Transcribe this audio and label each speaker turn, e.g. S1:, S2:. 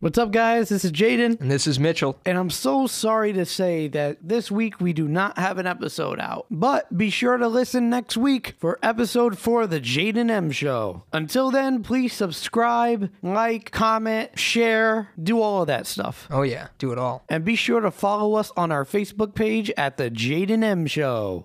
S1: What's up, guys? This is Jaden,
S2: And this is Mitchell.
S1: and I'm so sorry to say that this week we do not have an episode out. But be sure to listen next week for episode 4 of the Jaden M Show. Until then, please subscribe, like, comment, share, do all of that stuff.
S2: Oh, yeah. Do it all.
S1: And be sure to follow us on our Facebook page at the Jaden M Show.